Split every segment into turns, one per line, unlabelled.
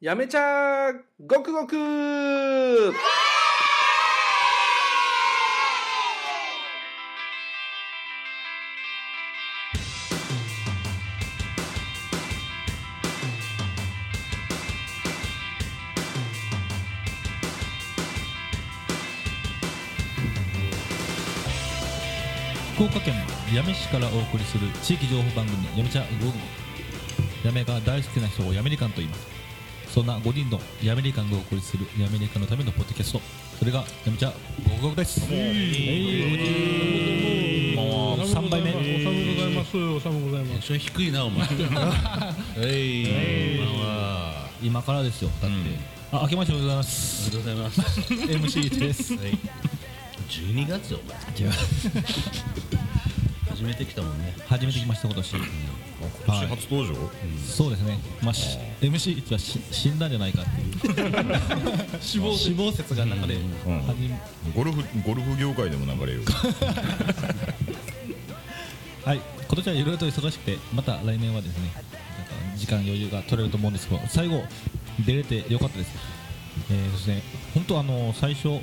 やめちゃーごくごくー
福岡県八女市からお送りする地域情報番組「やめちゃ午後」やめが大好きな人をやめりかんと言いますそんな5人のやめりかんがお送りするやめりかんのためのポッドキャストそれがやめちゃ午後ですもう3杯目
おさむございます。おさむございま
テンション低いなお前えい、こんばんは
今からですよだって、あ明けましておめでとうございます
ありがとうございます
MC です
はい12月よお前初めて来たもんね
初めて来ました今年
今年初登場、
そうですね、まあ、し MC ってはし死んだんじゃないかっていう 死亡死亡説が流れ、
うん
はじめ
ゴルフゴルフ業界でも流れ る
はい、今年はいろいろと忙しくて、また来年はですね、なんか時間余裕が取れると思うんですけど、最後、出れてよかったです。えーですね、本当あの最初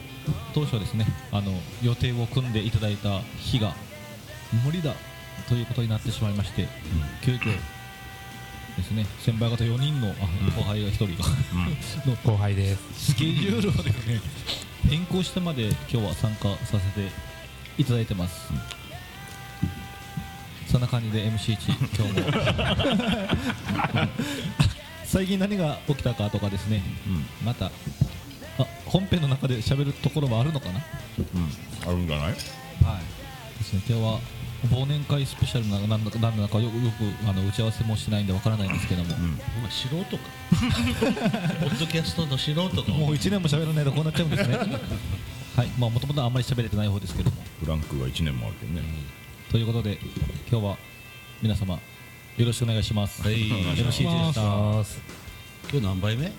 当初はですねあの予定を組んでいただいた日が無理だということになってしまいまして、急遽ですね先輩方4人のあ後輩が1人が、 の
後輩です
スケジュールをですね変更してまで今日は参加させていただいてます、そんな感じで MC1 今日も最近何が起きたかとかですね、またあ本編の中で喋るところはあるのかな
うんあるんじゃない
はいですね今日は忘年会スペシャルななんだかなんだかよくよくあの打ち合わせもしないんでわからないんですけども、
お前素人か ポッドキャストの素人か
もう1年も喋らないとこうなっちゃうんです ねはいまあもともとあんまり喋れてない方ですけども
フランクが1年もあるけどね、
ということで今日は皆様よろしくお願いします。
はい
MC でした。
今日何杯目は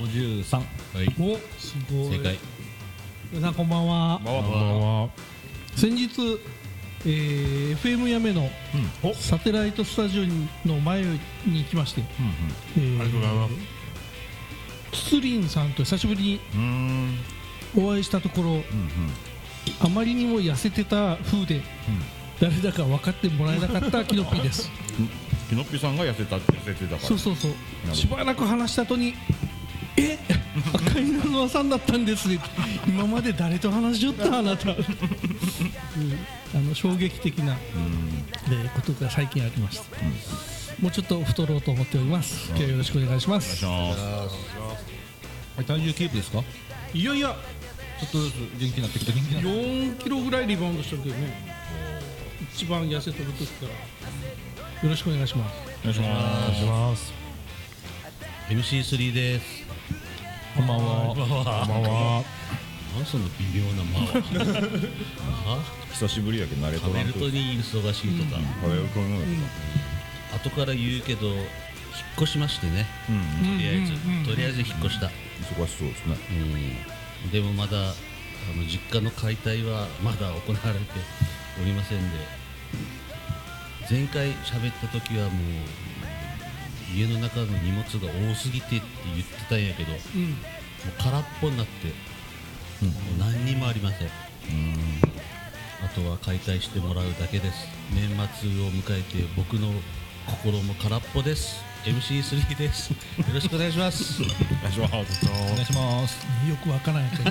五十三。
い
す。お、すごい。
正解。
皆さんこんばんは。
まあ
こんばんは
先日、えー FM やめのサテライトスタジオの前に行きまして、えー
ありがとうございます
ツツリンさんと久しぶりに
うーん
お会いしたところ、
うん
あまりにも痩せてた風で、誰だか分かってもらえなかったキノピーです。
キノッピさんが痩せた痩せてたから
そうそうそう
ほど
しばらく話した後に「え赤いナノアさんだったんですね」今まで誰と話しよったあなた、うんあの衝撃的な、えーことが最近ありました、もうちょっと太ろうと思っております今日はよろしくお願いします
お願いし
体重キープですか？ちょ
いやいや
っとずつ元気になってきた元気になって
4キロぐらいリバウンドしてるけどね一番痩せとる時からよろしくお願いします
お願いしま
お願いします
MC3 です
きた。こんばんは。
こんばんは
何その微妙な間 はは
す久しぶりやけど慣れ
カ
とら
メ
ん
ル
と
トに忙しいとか、
カメルトの
後から言うけど引っ越しましてね、とりあえず、とりあえず引っ越した、
忙しそうですね
うん、でもまだあの実家の解体はまだ行われておりませんで前回喋った時はもう家の中の荷物が多すぎてって言ってたんやけど、もう空っぽになって、もう何にもありませんあとは解体してもらうだけです年末を迎えて僕の心も空っぽです MC3 ですよろしくお願いします
お願いします
お願いします。
よくわからない け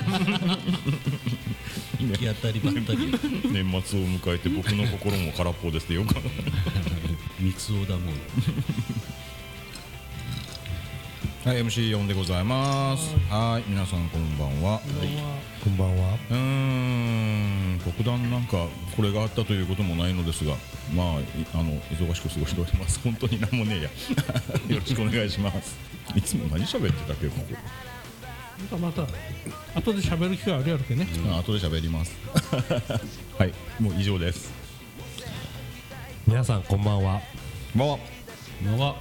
ど
行き当たりばったり
年末を迎えて僕の心も空っぽですってよく考え
三つ男だもん
たはい MC 呼んでございますはい皆さんこんばんは
こんばんは
うーん特段なんかこれがあったということもないのですがまあいあの忙しく過ごしております 本当に何もねえや よろしくお願いしますいつも何喋ってたっけここ、
また後で喋る機会あるやろけね、
あ後で喋ります はいもう以上です
皆さんこんばんは
まあ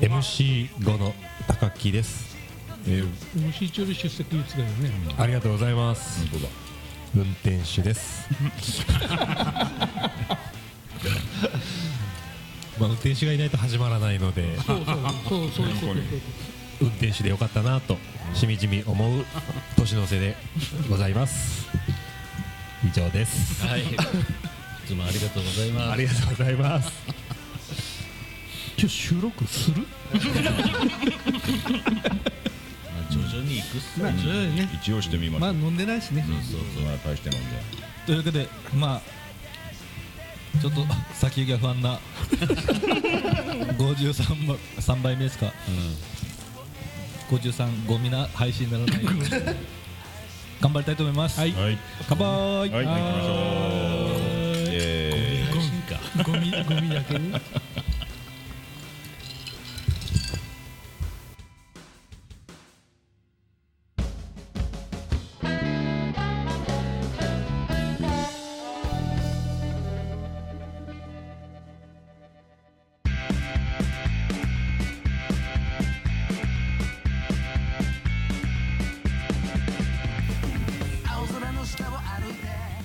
MC5 の高木です
えー、
MC 中より出席率だよね、
ありがとうございます
本当だ
運転手 ですまあ運転手がいないと始まらないので
そうそうそうそうそうそうそう
運転手でよかったなとしみじみ思う年の瀬でございます以上です
はい。いつもありがとうございます。
ありがとうございます
今日収録する
まあ徐々に行くっす
まあ
ね。
徐々にね
一応してみまし
ま
ょ
あ
う
飲んでないしね
そうそうまあ大して飲んで
というわけでまあちょっと先行きが不安な53倍3倍目ですか、53ゴミな配信にならないように頑張りたいと思います、
はい
はい
乾杯、
はい行きましょうイエーイ
ゴミゴミだけに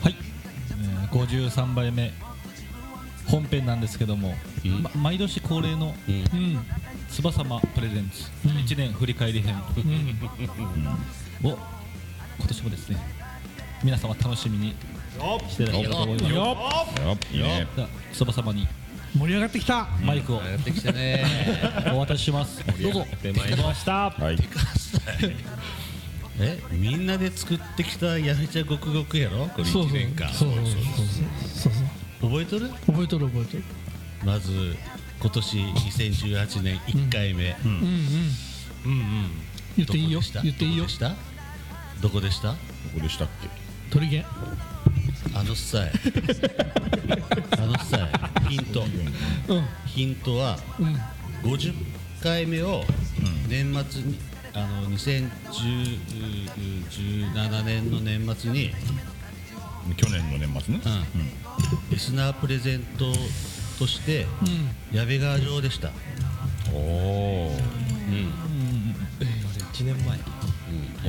はい、えー53杯目本編なんですけども、
うん
ま毎年恒例の
うん
うん
「つばさまプレゼンツ1年振り返り編」を今年もですね皆様楽しみにしていただければと思います
よっいいね
じゃあつばさまに
盛り上がってきた
マイクを
やってきたね。
お渡ししますどうぞ
出まいりました。
はい
え、みんなで作ってきたやめちゃごくごくやろ。これ
そう
一
そう
年間。
そうそうそうそうそう
覚えとる？
覚えとる覚えとる
まず今年2018年1回目。
うんうん言っていいよ言っていいよ
どこでした？
どこでしたっけ
鳥源
あのさえ あのさえヒント
うん
ヒントは
うん
50回目を年末に、あの2017年の年末に、
去年の年末ね
うんリスナープレゼントとして矢部川城でした、
おお
矢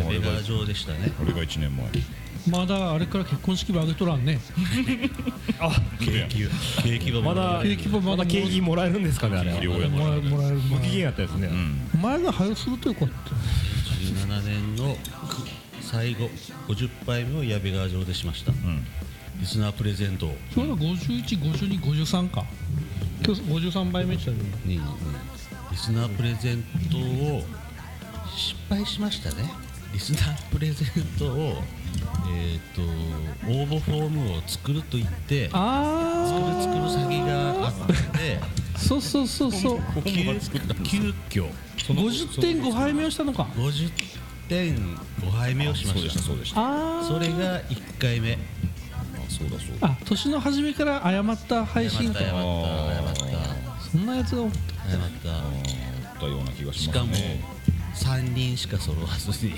部川城でしたね
これが1年前
まだあれから結婚式もあげとらんね
景気は景気は
まだ
景気もまだ
まだ景気もらえるんですかねあれは
無料
無
やか
もらえるもらえるもら
期
え
限
る
あったですね、
うん
お前が早するとよかった
17年のく最後50杯目を矢部川城でしました、
ん
リスナープレゼントを
それが515253か今日53倍目って言った
に、リスナープレゼントを失敗しましたねリスナープレゼントを、えー、と応募フォームを作ると言って作る
あ
作る詐欺があって
あそうそうそうそう
急急遽
50.5杯目をしたのか
50.5杯目をしま
そうで
し
した
た
そうでしたあ
あ
それが1回目
そうだそうだ
ああ年の初めから誤った配
謝
信
った謝っ
か
た謝った
そんなやつがおっ
謝っ
あったような気が
た
し
し
ま
か
す
も
ね
3人しか揃わずに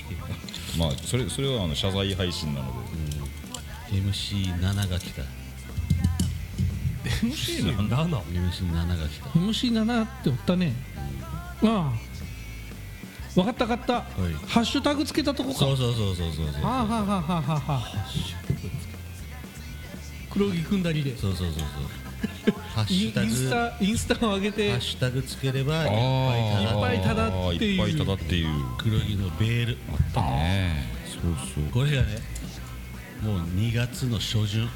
まあそれそれはあの謝罪配信なの
MC7 が来た
うん、なんだ
MC7 が来た
MC7 っておったねああ分かった分かった、
い
ハッシュタグつけたとこか
そうそうそうそうそうそう
はあはあはあはあはあはあ黒木組んだりで
そうそうそうそう。 ハッ
イ
シ
ン
ュタグ。
インス
ハ
タインスタを上げて
ッシュタグつければ、
あ
いっぱいただっていう
いっぱいただっていう
黒木のベール。
ねえそうそう
これがね。もう2月の初旬、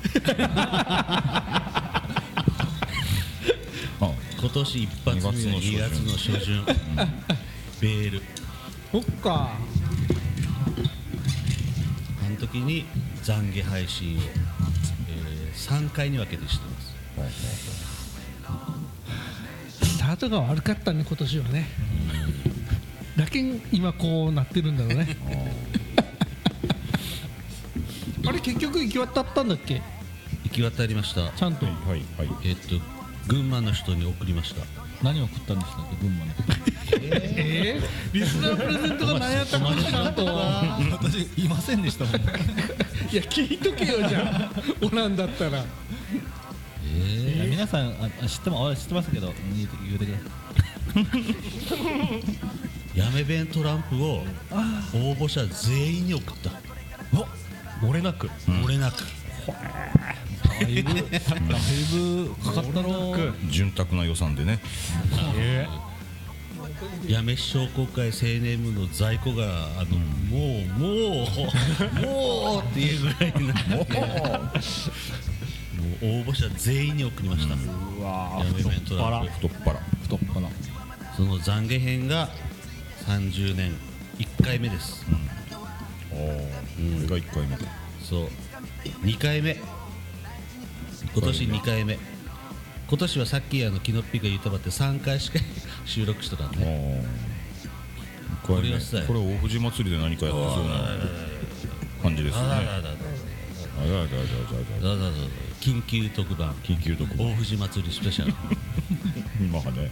あ
今年一発目の2
2
月
月
の
の
初旬。ベール。
そっか
あの時に懺悔配信を、え3回に分けてしてます。
スタートが悪かったね今年はねだけん今こうなってるんだろうねあれ結局行き渡ったんだっけ
行き渡りました。
ちゃんと
はいはい
えっと、群馬の人に送りました。
何を食ったんでしたっけ群馬の
えー、リスナープレゼントが何やったかちゃんと
私いませんでしたもん
いや聞いとけよじゃあおらんだったら
いや皆さんああ知ってもあ知ってますけど言うて言うてください
やめ弁トランプを応募者全員に送った。
漏れなく
漏れなく。
だいぶだいぶかかったろう
潤沢な予算でね
え
八女市商工会青年部の在庫があの、もうもうもうっていうぐらいになってもう応募者全員に送りました、うわやめ弁当ラップ
太っ腹
太っ腹
その懺悔編が30年1回目です、
ああ、これが1回目
そう2回目今年2回目今年はさっきあのキノッピーが言ったばって3回しか収録してたんで
ああ
これがさ
これ大藤祭りで何かやってそうな感じです
あ
よね
ら
あ
ら
ら
らら
あらあらあらあら
らららら緊急特番
緊急特
大藤祭りスペシャル
今はね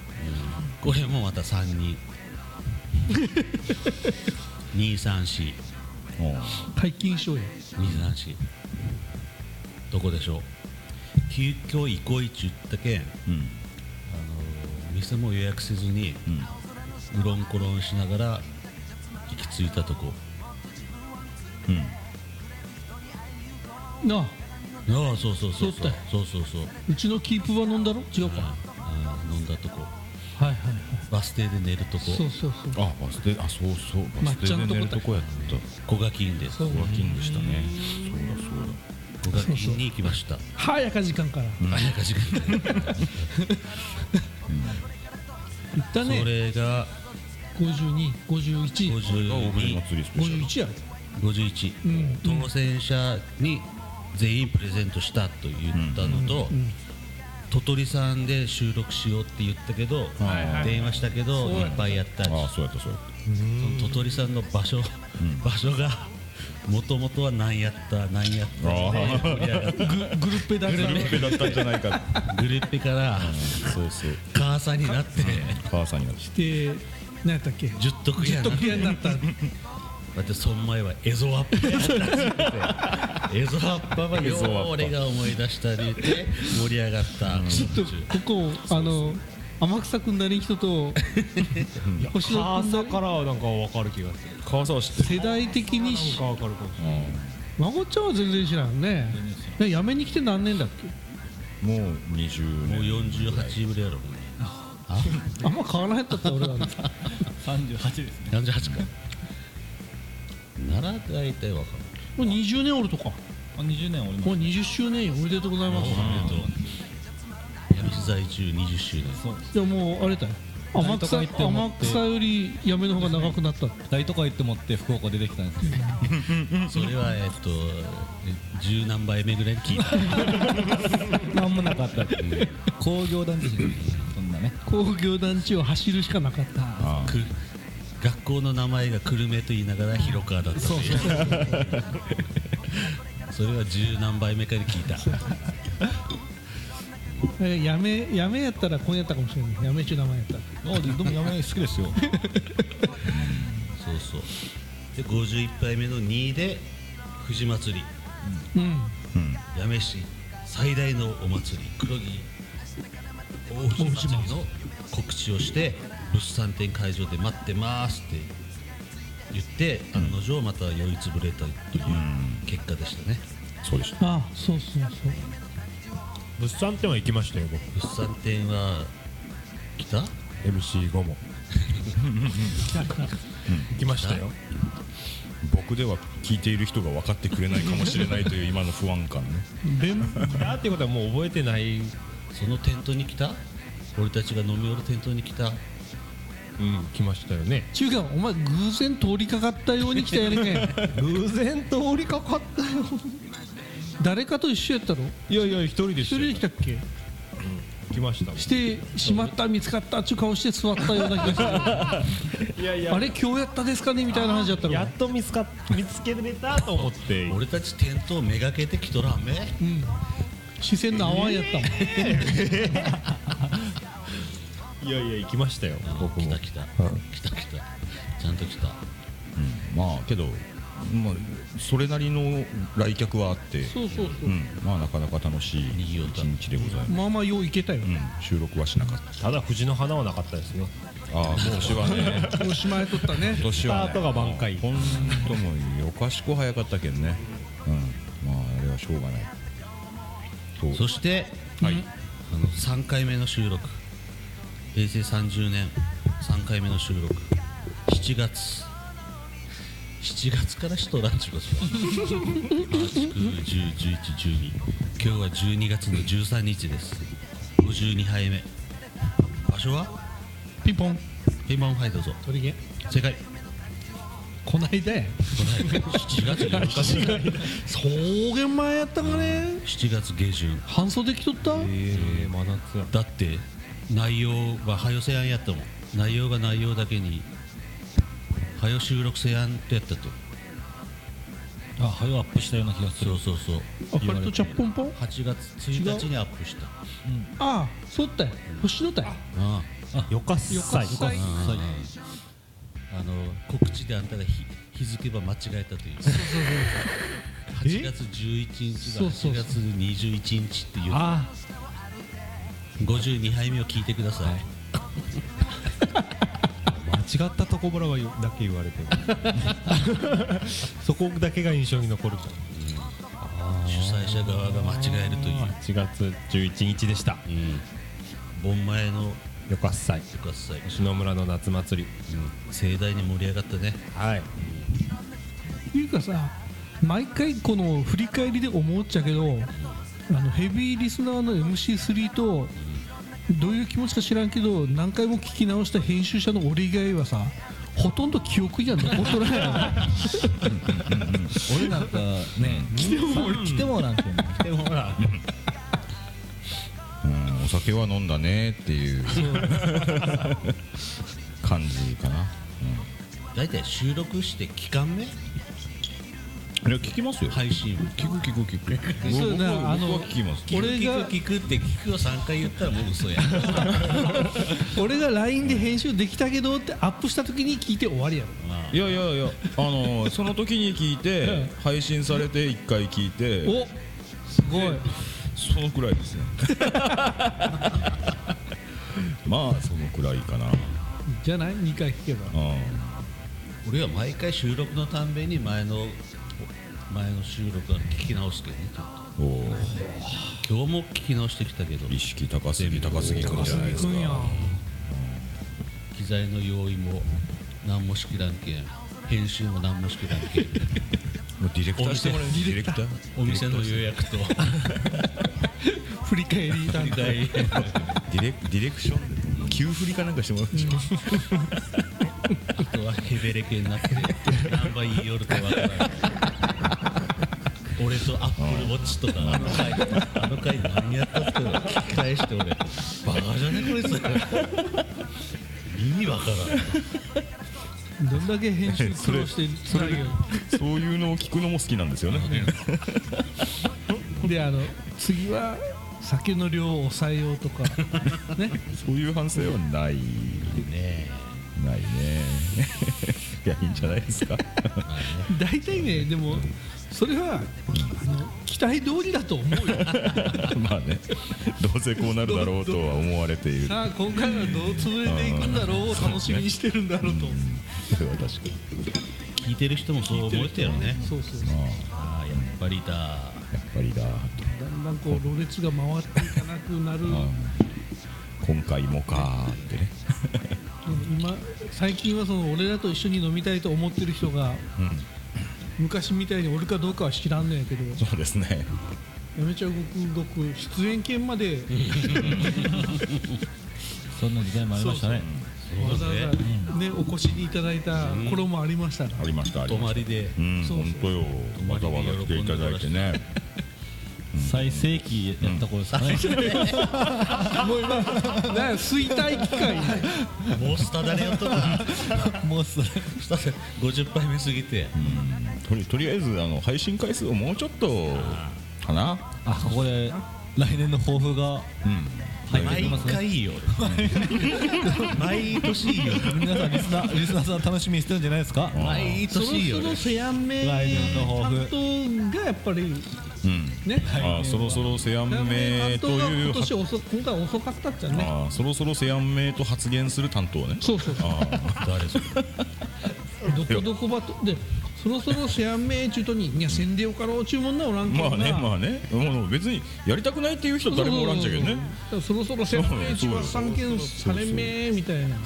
これもまた3人234234
あ
解禁しようよ
どこでしょう急遽行こいちゅったけん
あうん
店も予約せずに
うん
うろんころんしながら行き着いたとこ
うん
なあ
ああそうそうそうそうそうそうそう
うちのキープは飲んだろ違うか
ああ飲んだとこ
はいはいは
バス停で寝るとこ
いそうそうそう
あバス停あそうそうバス停で寝るとこやった
小賀金です
そう
ここが金でしたねそうだそうだ
小賀金に行きました
早か時間から
あやかしくない
行っ
そ
たね
れが
525151
これが大藤祭りスペシャル
やうん
51当選者に全員プレゼントしたと言ったのと鳥取さんで収録しようって言ったけど電話したけどいっぱいやった
ああそうやったそうやった
その鳥取さんの場所、場所がもともとは何やった何やった
あ
で
ー
盛り上がった
グルッペだか
グ
ら
ループだったんじゃないか
グループから
そうそう
母さんになって
母さんになって
で何やったっけ
十徳屋になっ
得
て
意になった
だってその前はエゾアッパやってエゾアッパはよ
ゾアッパ
う俺が思い出したりで盛り上がった
ちょっとここあの天草くんなりん人と星野くんなりん
からはなんか分かる気がする
母さんは知ってる
世代的にし
なんか分かるかもしれない
孫ちゃんは全然知らんねねやめに来て何年だっけ
もう20
もう
年
48ぐらいやろも
あんま変わらへんかった俺 らの
38ですね
うね48かなら大体わかる
もう20年おるとか
あ20年おります
もう20周年よおめでとうございます
闇市在中20周年
そう
いやもうあれだよ天草
大都会って思
天
って
草よりやめの方が長くなったって
大都会って思って福岡出てきたんですけど
それはえっと十何倍目ぐらいに聞いた
何もなかったっていう工業団地ですねそんなね
工業団地を走るしかなかった
あ
く学校の名前が久留米と言いながら広川だったというそれは十何倍目かに聞いた
えやめやめやったら今夜やったかもしれないやめちゅう名前やったら
あでもやめ好きですよ
そうそうで51杯目の2位で藤祭り
うん
八女市最大のお祭り黒木大藤祭りの告知をして物産展会場で待ってますって言って案の定また酔いつぶれたという結果でしたね
あそうでした
あそうそうそう
物産展は行きましたよ僕
物産展は来た
MC5 も行きましたよ
僕では聞いている人が分かってくれないかもしれないという今の不安感ね
でもだっていうことはもう覚えてない
そのテントに来た俺たちが飲み寄るテントに来た
うん来ましたよね
ちゅうかお前偶然通りかかったように来たやねんね
偶然通りかかったよ
誰かと一緒やったろ
いやいや一人で
一人で来たっけ
来ましたもん
してしまった見つかったっちゅう顔して座ったような気が
いやい
するあれ今日やったですかねみたいな話だったろ
やっと見つか見つけれたと思って
俺たちテントをめがけてきとらんめ
うん視線の泡やったもん、
いやいや行きましたよ僕
来
も
た来た来た来たちゃんと来た
まあけど、まあ、それなりの来客はあって
そうそうそ
う、
う
ん、まあなかなか楽しい一日でございます、
まあまあよういけたよ、
うん、収録はしなかった
だ藤の花はなかったですね
たああ今年はね
おしまいとったね
今年
スタ
は
ート
ね
が挽回
ほんともうよかしこ早かったけんねうんまああれはしょうがないそう
そして、あの3回目の収録平成30年3回目の収録7月7月から人ランチごします8、9、10、11、12今日は12月の13日です52杯目場所は
ピンポン
ピンポンはいどうぞ
取り
正解
こないだや
7月4日
違いだ草原前やったかね
7月下旬
搬送できとった
えー、真夏や
だって内容は早せやんやったもん内容が内容だけに早収録せやんってやったと
あ早アップしたような気がする
そうそうそう
あカルトチャッポンポン
8月1日にアップした
ああそうったよ星のたよ
あ
よかっさい
よかっさい
あああの告知であんたが日日付ば間違えたという8月11日が
そうそう
8
そ
月
う
21日っていう
あ
52杯目を聞いてください
間違ったところはだけ言われてそこだけが印象に残る
主催者側が間違えるという
8月11日でした
盆前の
よかっさい
部活祭
篠村の夏祭り
盛大に盛り上がったね
はい
っていうかさ毎回この振り返りで思っちゃうけどあのヘビーリスナーの MC3 とどういう気持ちか知らんけど何回も聞き直した編集者の俺以外はさほとんど記憶には残っとらないよね
俺なんかね来ても来てもなんていうの来てもほら
うんお酒は飲んだねっていう 感じかな
大体収録して期間目
いや聞きますよ
配信
聞く聞く聞く
そう
僕
だ
は
あの
僕は聞きます
聞く
俺
聞
が
く聞くって聞くを3回言ったらもう嘘 や
俺が LINE で編集できたけどってアップした時に聞いて終わりやろ
いやいやいやあのその時に聞いて配信されて1回聞いて
おすごい
そのくらいですね まあそのくらいかな
じゃない2回聞けば
う
俺は毎回収録のたんびに前の前の収録は聞き直すけどね
んおー
今日も聞き直してきたけど
意識高すぎ高すぎくんじゃないですか
いくんや
機材の用意も何もしきらんけん編集も何もしきらんけん
もうディレクターしてもらえますディレクター
お店の予約と
振り返り
大体
ディレディレクション急振りかなんかしてもらうんでしょ
あとはヘベレケになって何倍言いよるかわからない俺とアップルウォッチとかあの回あの回何やったっての聞き返して俺バカじゃねこいつ意味わからん
どんだけ編集苦労してつなげよ
そういうのを聞くのも好きなんですよね
うであの次は酒の量を抑えようと かね
そういう反省はない
ね
ないねいやいいんじゃないです か
大体ねでもそれはあの期待通りだと思 うよ
まあねどうせこうなるだろうとは思われている
さあ今回はどう潰れていくんだろうを楽しみにしてるんだろうと
それは確かに
え聞いてる人もそう思えてるね
そうそうそう
ああやっぱりだ
やっぱりだ
だんだんこうろれつが回っていかなくなる
と今回もかーって ね
今最近はその俺らと一緒に飲みたいと思ってる人が、昔みたいに俺かどうかは知らんのやけどや
そうですね
めちゃごくごく出演権まで
そんな時代もありましたね
わざわざ、ね、お越しにいただいた頃もありましたか
あ
ら
りましたあり
泊
ま
ま
した
りで
うん
そうそう
本当よわざわざ来ていただいてね
最盛期やった頃ですかね
もう今、なんや衰退機会
もうスタダレよとか
もうそれ
スタダレ50杯目過ぎて
とりとりあえずあの配信回数をもうちょっとかな
あここで来年の抱負が
うん
入ってき
毎
ますね
回いいよ毎年いいよ
皆さんリスナーリスナーさん楽しみにしてるんじゃないですか
毎
そろ
年いいよ
そろせやんめ
来年の抱負
担当がやっぱり
うん
ね
あーそろそろせやんめ
担
ーと
当が
いう
今年遅 今回遅かったっちゃね
あーそろそろせやんめーと発言する担当ね
そうそうそう
あー
誰それ
どこどこばとでそろそろせやんめえちゅうとにいやせんでよかろうちゅうもんなおらんけ
ま
ど
あ
な
ねまあねもう別にやりたくないっていう人誰もおらんちゃけどね
そうそうそうそうだからそろそろせやんめえちゅうは参見されんめえみたいな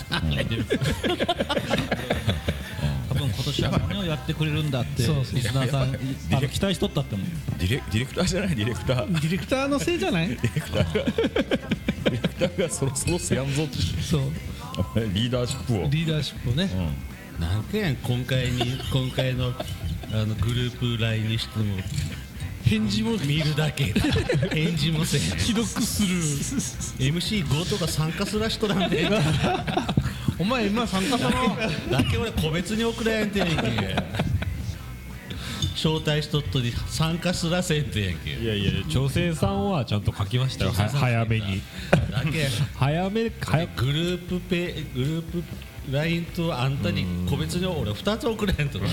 多分今年は何をやってくれるんだってリス
そうそう
ナーさん
や
あの期待しとったって思う
ディレディレクターじゃないディレクター
ディレクターのせいじゃない
ディレクターがそろそろせやんぞって
そう
リーダーシップを
リーダーシップをね
なんかやん今回に 今回のあのグループ LINE にしても
返事も
見るだけ返事もせん
既読する
MC5 とか参加すらしとらんで
お前今参加さの
だけ俺個別に送らやんてやんけ招待しとっとに参加すらせんてやんけ
いやいや女性さんはちゃんと書きましたよは早めに
だけやん
早め早く
グループペグループ LINE とあんたに個別に俺2つ送れへんとね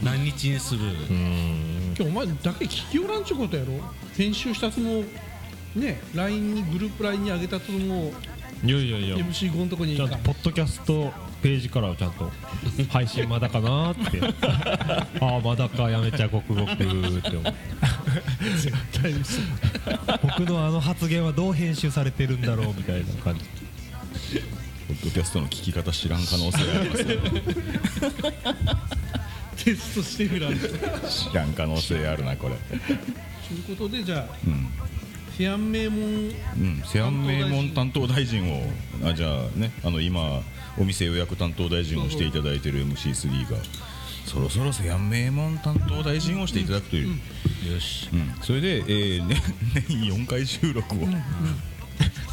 何日にする
お前だけ聞きおらんちゅうことやろ編集したつもね LINE にグループ LINE に上げたつも
いやいやいや
MC5 のとこに
ちゃんとポッドキャストページからはちゃんと配信まだかなーっ てああまだかやめちゃごくごくって思う
絶対嘘
僕のあの発言はどう編集されてるんだろうみたいな感じ
ポッドキャストの聞き方知らん可能性がありますよ
テストしてみらんと
知らん可能性あるなこれ
ということでじゃあ、
ん
フェアン名門
うん、セアン名門担当大臣をあじゃあねあの今お店予約担当大臣をしていただいてる MC3 がそろそろセアン名門担当大臣をしていただくという、
よし
うんそれで、えーね、 年4回収録を、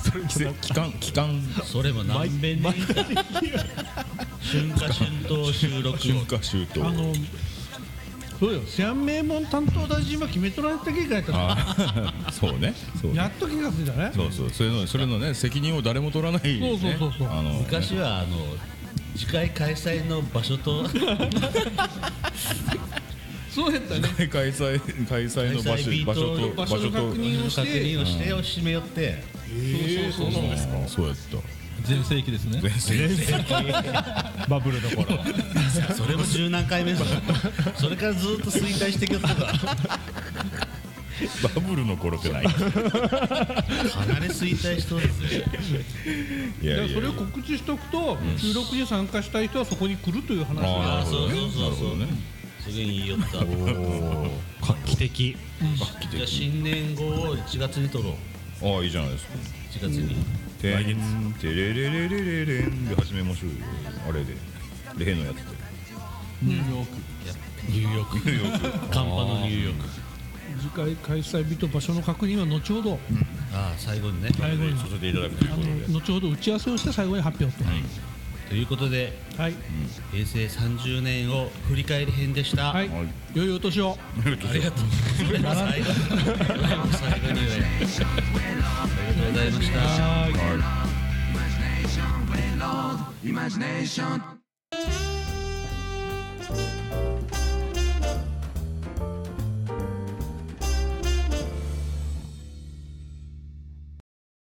それ季節期間期間
それも何遍に言った春夏春冬収録
春
を
夏秋冬
あのそうよフェアン名門担当大臣は決めとられたけがやったら
あ そうねそう
やっと気がついたね
そうそうそれのそれのね責任を誰も取らない、
そう
ね、
そうそうそう
あの
昔はあの次回開催の場所と
そうやったね
開催開催の場
開催日
所
と
場所と
場所の確認をして
確認をしてを締め寄って
そうなんですかそうやった
全盛期ですね
全然
バブルの頃
それも十何回目だそれからずっと衰退してきよったからか
バブルの頃ってない
なり衰退しとるんですよ
いやいや
いやそれを告知しておくと、収録に参加したい人はそこに来るという話が
ああなるほどね
そうそうそう
なるほどね
すげえ言いよった
画期的
じゃあ新年号を1月に撮ろう
ああいいじゃないですか
1月に
てんてれれれれれれんで始めましょうよあれで例のやつで
ニューヨーク
ニューヨーク
カンパのニューヨーク
次回開催日と場所の確認は後ほど、
ああ最後にね
最後に
させていただくという
あ
ことで
の後ほど打ち合わせをして最後に発表と、
ということで
はい、
平成30年を振り返り編でした、
はい、良いお年を。
ありがとうそ れは最後最後に言えありがとうございました
imagination, reload, imagination.